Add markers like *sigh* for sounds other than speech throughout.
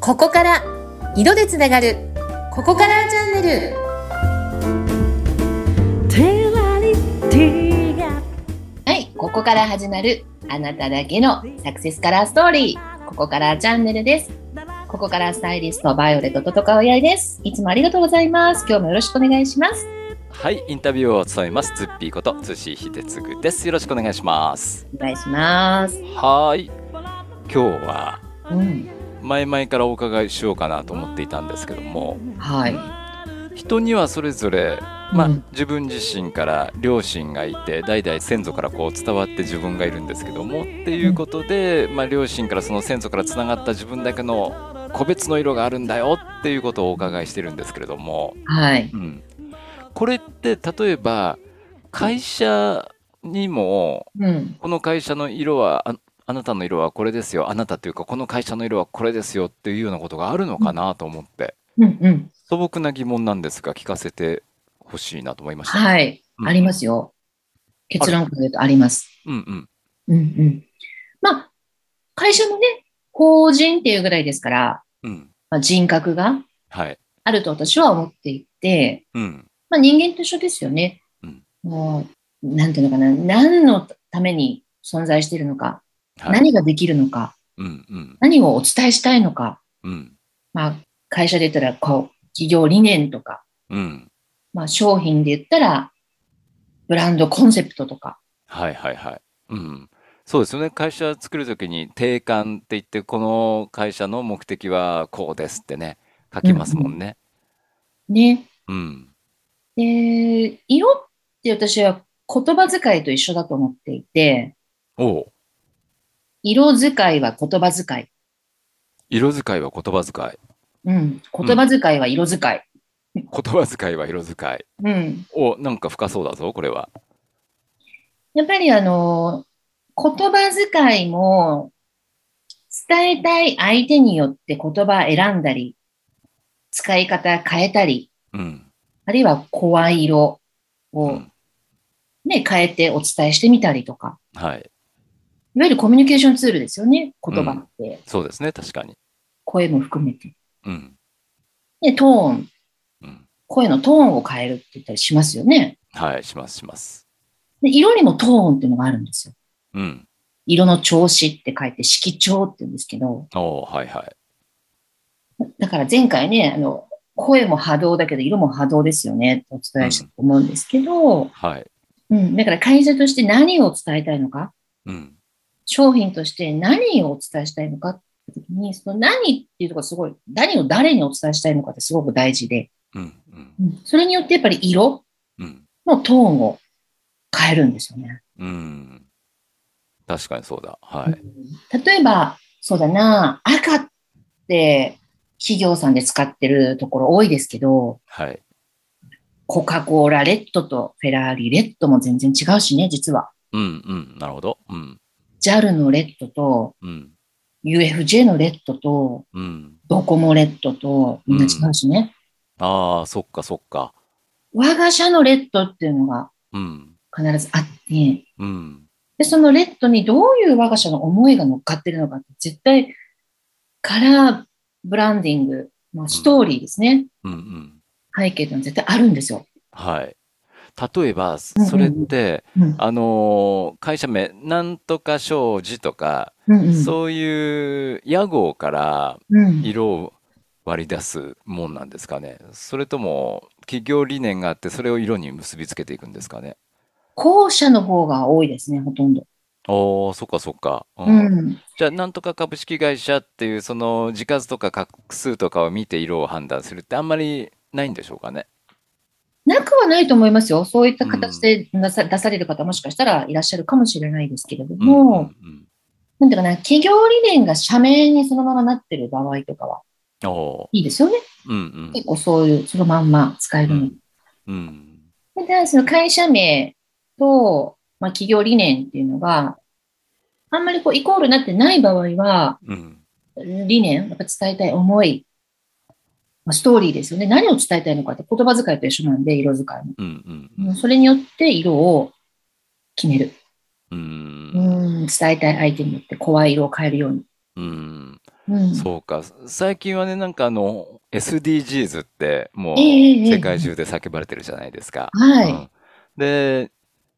ここから色でつながるここからチャンネルテラリティがはいここから始まるあなただけのサクセスカラーストーリーここからチャンネルですここからスタイリストバイオレットととかおやいですいつもありがとうございます今日もよろしくお願いしますはい、インタビューを務めます、ツッピーこと、津市秀次です。よろしくお願いします。お願いしますはーい、今日はうん前々からお伺いしようかなと思っていたんですけども、はい人にはそれぞれ、まあうん、自分自身から両親がいて、代々先祖からこう伝わって自分がいるんですけども、っていうことで、まあ、両親からその先祖からつながった自分だけの個別の色があるんだよっていうことをお伺いしてるんですけれども、はいうん、これって例えば会社にもうんこの会社の色はああなたの色はこれですよあなたというかこの会社の色はこれですよっていうようなことがあるのかなと思ってうんうん素朴な疑問なんですが聞かせてほしいなと思いました。はい、うんありますよ結論から言うとありますうんうんうんうんまあ会社もね法人っていうぐらいですから、うんまあ、人格がはいあると私は思っていて、うんまあ、人間と一緒ですよね。うんもう、なんていうのかな、何のために存在しているのか、はい何ができるのか、うんうん何をお伝えしたいのか、うんまあ、会社で言ったら、こう、企業理念とか、うんまあ、商品で言ったら、ブランドコンセプトとか、はいはいはい。うん。そうですよね。会社作るときに定款って言って、この会社の目的はこうですってね、書きますもんね。ね。うん。で、色って私は言葉遣いと一緒だと思っていて、おう色使いは言葉遣い。色使いは言葉遣い。うん。言葉遣いは色使い。言葉遣いは色使い。うんお、なんか深そうだぞ、これは。やっぱりあの、言葉遣いも、伝えたい相手によって言葉選んだり、使い方変えたり、うん。あるいは声色うをんね、変えてお伝えしてみたりとか、はい。いわゆるコミュニケーションツールですよね、言葉って。そうですね、確かに。声も含めて。うん。で、トーン、うん。声のトーンを変えるって言ったりしますよね。はい、します、します。で色にもトーンっていうのがあるんですよ。うん。色の調子って書いて色調って言うんですけど、おうはいはい。だから前回ね、あの、声も波動だけど、色も波動ですよね、お伝えしたと思うんですけど、はい。うん、だから会社として何を伝えたいのか、うん。商品として何をお伝えしたいのかって時に、その何っていうところすごい、何を誰にお伝えしたいのかってすごく大事で、うん。うん。それによってやっぱり色うん。のトーンを変えるんですよね。うん。確かにそうだ。はい。例えば、そうだな、赤って企業さんで使ってるところ多いですけど、はい。コカ・コーラレッドとフェラーリレッドも全然違うしね、実は。うん。うん。なるほど。うん。 JAL のレッドとうん。 UFJ のレッドとうん。ドコモレッドとみんな違うしね。ああ、そっかそっか。我が社のレッドっていうのがうん。必ずあって、うん。で、そのレッドにどういう我が社の思いが乗っかってるのかって、絶対カラーブランディング、まあ、ストーリーですね。うん。うん。背景っていうのは絶対あるんですよ。はい。例えば、うんうんそれって、うん。あのー会社名、なんとか商事とか、うんうんそういう屋号からうん色を割り出すもんなんですかね。それとも、企業理念があって、それを色に結びつけていくんですかね。後者の方が多いですね、ほとんど。おー、そっかそっか。ううんん。じゃあ、なんとか株式会社っていう、その、字数とか画数とかを見て色を判断するってあんまりないんでしょうかね。なくはないと思いますよ。そういった形で出さ,、出される方もしかしたらいらっしゃるかもしれないですけれどうんうんも、うんなんていうかな、企業理念が社名にそのままなってる場合とかはおーいいですよね。うんうん結構そういう、そのまんま使えるの。うんで、その会社名と、まあ、企業理念っていうのが、あんまりこうイコールになってない場合は、うん理念、やっぱ伝えたい思い、まあ、ストーリーですよね。何を伝えたいのかって言葉遣いと一緒なんで、色使いも。うんうんううんんそれによって色を決める。うんうん、伝えたい相手によって声色を変えるように。うん、うん、そうか最近はねなんかあの SDGs ってもうええええ世界中で叫ばれてるじゃないですか。はいうんで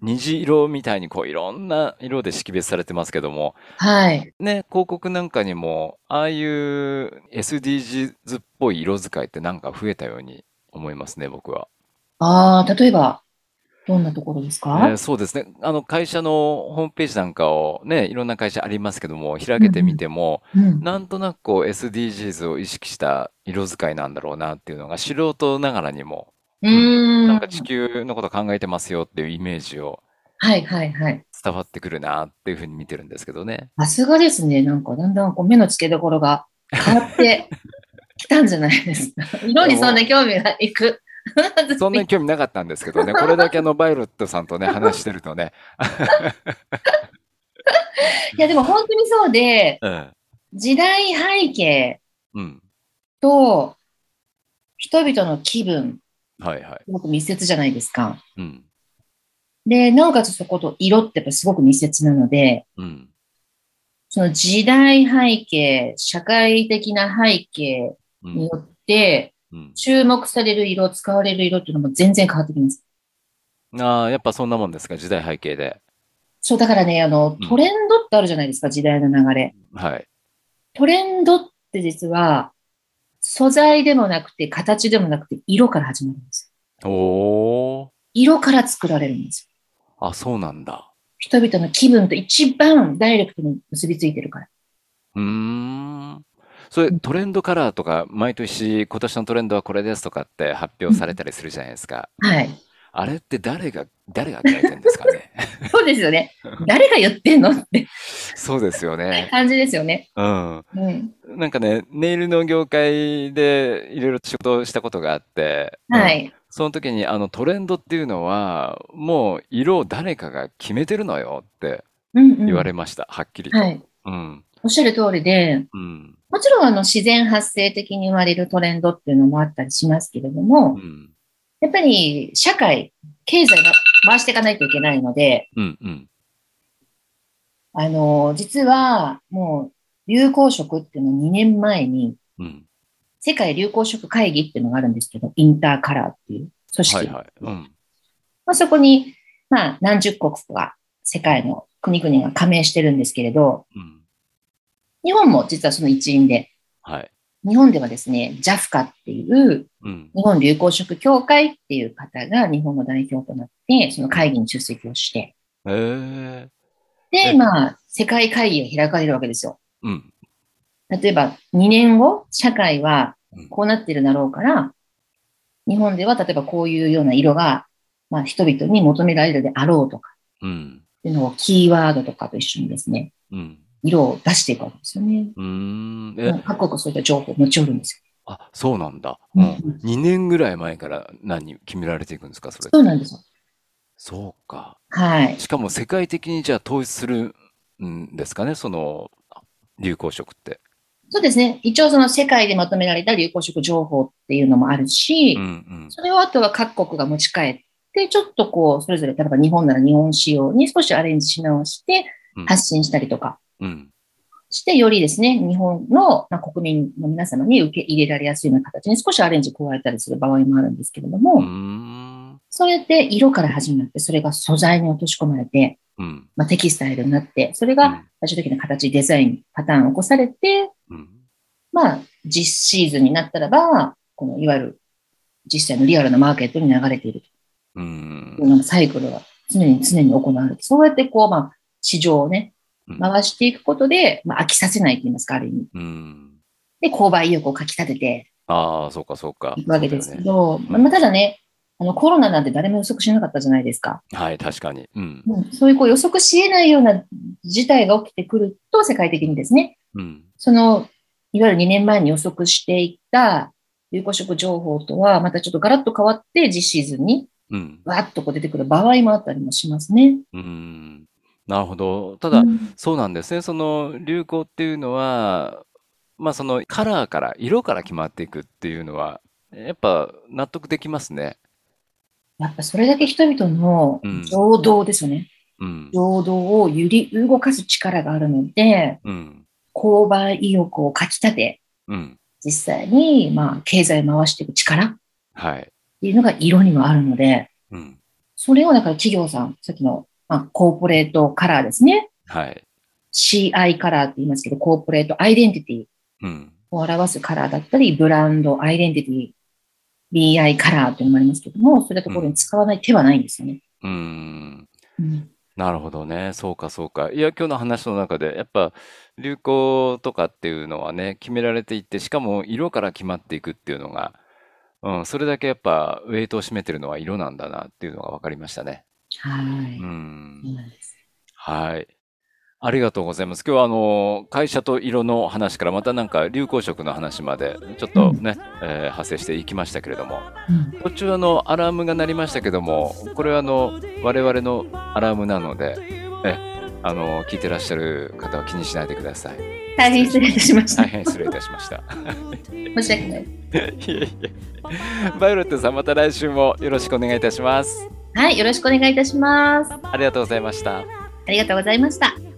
虹色みたいにこういろんな色で識別されてますけどもはい。ね広告なんかにもああいう SDGs っぽい色使いってなんか増えたように思いますね僕は。ああ、例えば、どんなところですえかーそうですね。あの会社のホームページなんかをね、いろんな会社ありますけども、開けてみても、うん。なんとなくこう SDGs を意識した色使いなんだろうなっていうのが素人ながらにも、うーん。なんか地球のこと考えてますよっていうイメージをはいはいはい。伝わってくるなっていうふうに見てるんですけどね。 *laughs* さすがですね。なんかだんだんこう目の付けどころが変わ *laughs* ってきたんじゃないですか。色にそんな興味がいく。そんなに興味なかったんですけどね、これだけあのバイロットさんとね、話してるとね、 *laughs* いやでも本当にそうで、うん、時代背景うん、と人々の気分、はいはい、すごく密接じゃないですか。うん、で、なおかつそこと色ってやっぱすごく密接なので、うん、その時代背景、社会的な背景うにん、よって、うん。注目される色、使われる色っていうのも全然変わってきます。ああ、やっぱそんなもんですか、時代背景で。そう、だからね、あのうん、トレンドってあるじゃないですか、時代の流れ。はい。トレンドって実は、素材でもなくて、形でもなくて、色から始まるんですよ。おー。色から作られるんですよ。あ、そうなんだ。人々の気分と一番ダイレクトに結びついてるから。うーん。それ、トレンドカラーとか、毎年、今年のトレンドはこれですとかって発表されたりするじゃないですか。はい。 *laughs* あれって誰が、誰が決めてるんですかね。そうですよね。誰が言ってんのって *laughs* そうですよね。感じですよね。うん。うん。なんかね、ネイルの業界でいろいろ仕事をしたことがあって、はうんい。その時にあのトレンドっていうのは、もう色を誰かが決めてるのよってうん、うん。言われました。はっきりと。はい。うん。おっしゃる通りで、うん。もちろんあの自然発生的に言われるトレンドっていうのもあったりしますけれどもう、ん。やっぱり社会、経済が回していかないといけないので、うん。うん。あの、実はもう流行色っていうのを2年前に、うん。世界流行色会議っていうのがあるんですけど、インターカラーっていう組織。はいはい。うん。まあ、そこに、まあ、何十国か世界の国々が加盟してるんですけれど、うん。日本も実はその一員で、はい。日本ではですね、JAFCA っていううん。日本流行色協会っていう方が日本の代表となって、その会議に出席をして、ええ。で、うんまあ、世界会議が開かれるわけですよ。うん。例えば、2年後、社会はうんこうなってるだろうから、日本では例えばこういうような色が、まあ、人々に求められるであろうとか、うん。っていうのをキーワードとかと一緒にですね、うん。色を出していくわけですよね。うーん。もえ、う各国そういった情報を持ち寄るんですよ。あ、そうなんだ。ううんん。2年ぐらい前から何決められていくんですか、それ。そうなんですよ。そうか。はい。しかも世界的にじゃあ統一するんですかね、その流行色って。そうですね。一応その世界でまとめられた流行色情報っていうのもあるし、うんそれをあとは各国が持ち帰って、ちょっとこう、それぞれ、例えば日本なら日本仕様に少しアレンジし直してうん。発信したりとかうん。うん。して、よりですね、日本の、まあ、国民の皆様に受け入れられやすいような形に少しアレンジ加えたりする場合もあるんですけれども、うーん。そうやって色から始まって、それが素材に落とし込まれて、うん。まあ、テキスタイルになって、それが最終的な形、デザイン、パターンを起こされて、うん。まあ、実シーズンになったらば、このいわゆる実際のリアルなマーケットに流れているという。うんのがサイクルが常に常に行われて、そうやってこう、まあ、市場をねうん、回していくことで、まあ、飽きさせないと言いますか、ある意味。うん。で、購買意欲をかき立ててああ、そうか、そうか。いくわけですそうけだよねど、んまあ、ただね、あのコロナなんて誰も予測しなかったじゃないですか。はい、確かに。うん。うんそういうこう予測し得ないような事態が起きてくると、世界的にですね、うん。その、いわゆる2年前に予測していた有効色情報とは、またちょっとガラッと変わって、実シーズンにうん。わーっとこう出てくる場合もあったりもしますね。うん。なるほど。たうだ、んそうなんですね。その流行っていうのは、まあそのカラーから、色から決まっていくっていうのは、やっぱ納得できますね。やっぱそれだけ人々のうん情動ですよね。うん。情動を揺り動かす力があるので、うん。購買意欲をかきたて、うん。実際に、まあ、経済回していく力っはい。ていうのが色にはあるので、うん。それをだから企業さん、さっきの、まあ、コーポレートカラーですね。はい。 CI カラーって言いますけど、コーポレートアイデンティティうん。を表すカラーだったり、ブランドアイデンティティ、BI カラーっていうのもありますけども、そういったところに使わない手はないんですよね。うーん。うんなるほどね。そうか、そうか。いや、今日の話の中で、やっぱ、流行とかっていうのはね、決められていって、しかも色から決まっていくっていうのが、うん、それだけやっぱ、ウェイトを占めてるのは色なんだなっていうのが分かりましたね。はい。う。そうんなんですはい。ありがとうございます。今日は、あの、会社と色の話から、またなんか、流行色の話まで、ちょっとね、えー派生していきましたけれども、うん途中あのアラームが鳴りましたけどもこれはあの我々のアラームなのでえあの聞いてらっしゃる方は気にしないでください大変失礼いたしました大。変 *laughs* 失礼いたしました申し訳ない。いえいえバイオレットさんまた来週もよろしくお願いいたしますはい、よろしくお願いいたします。ありがとうございましたありがとうございました。 「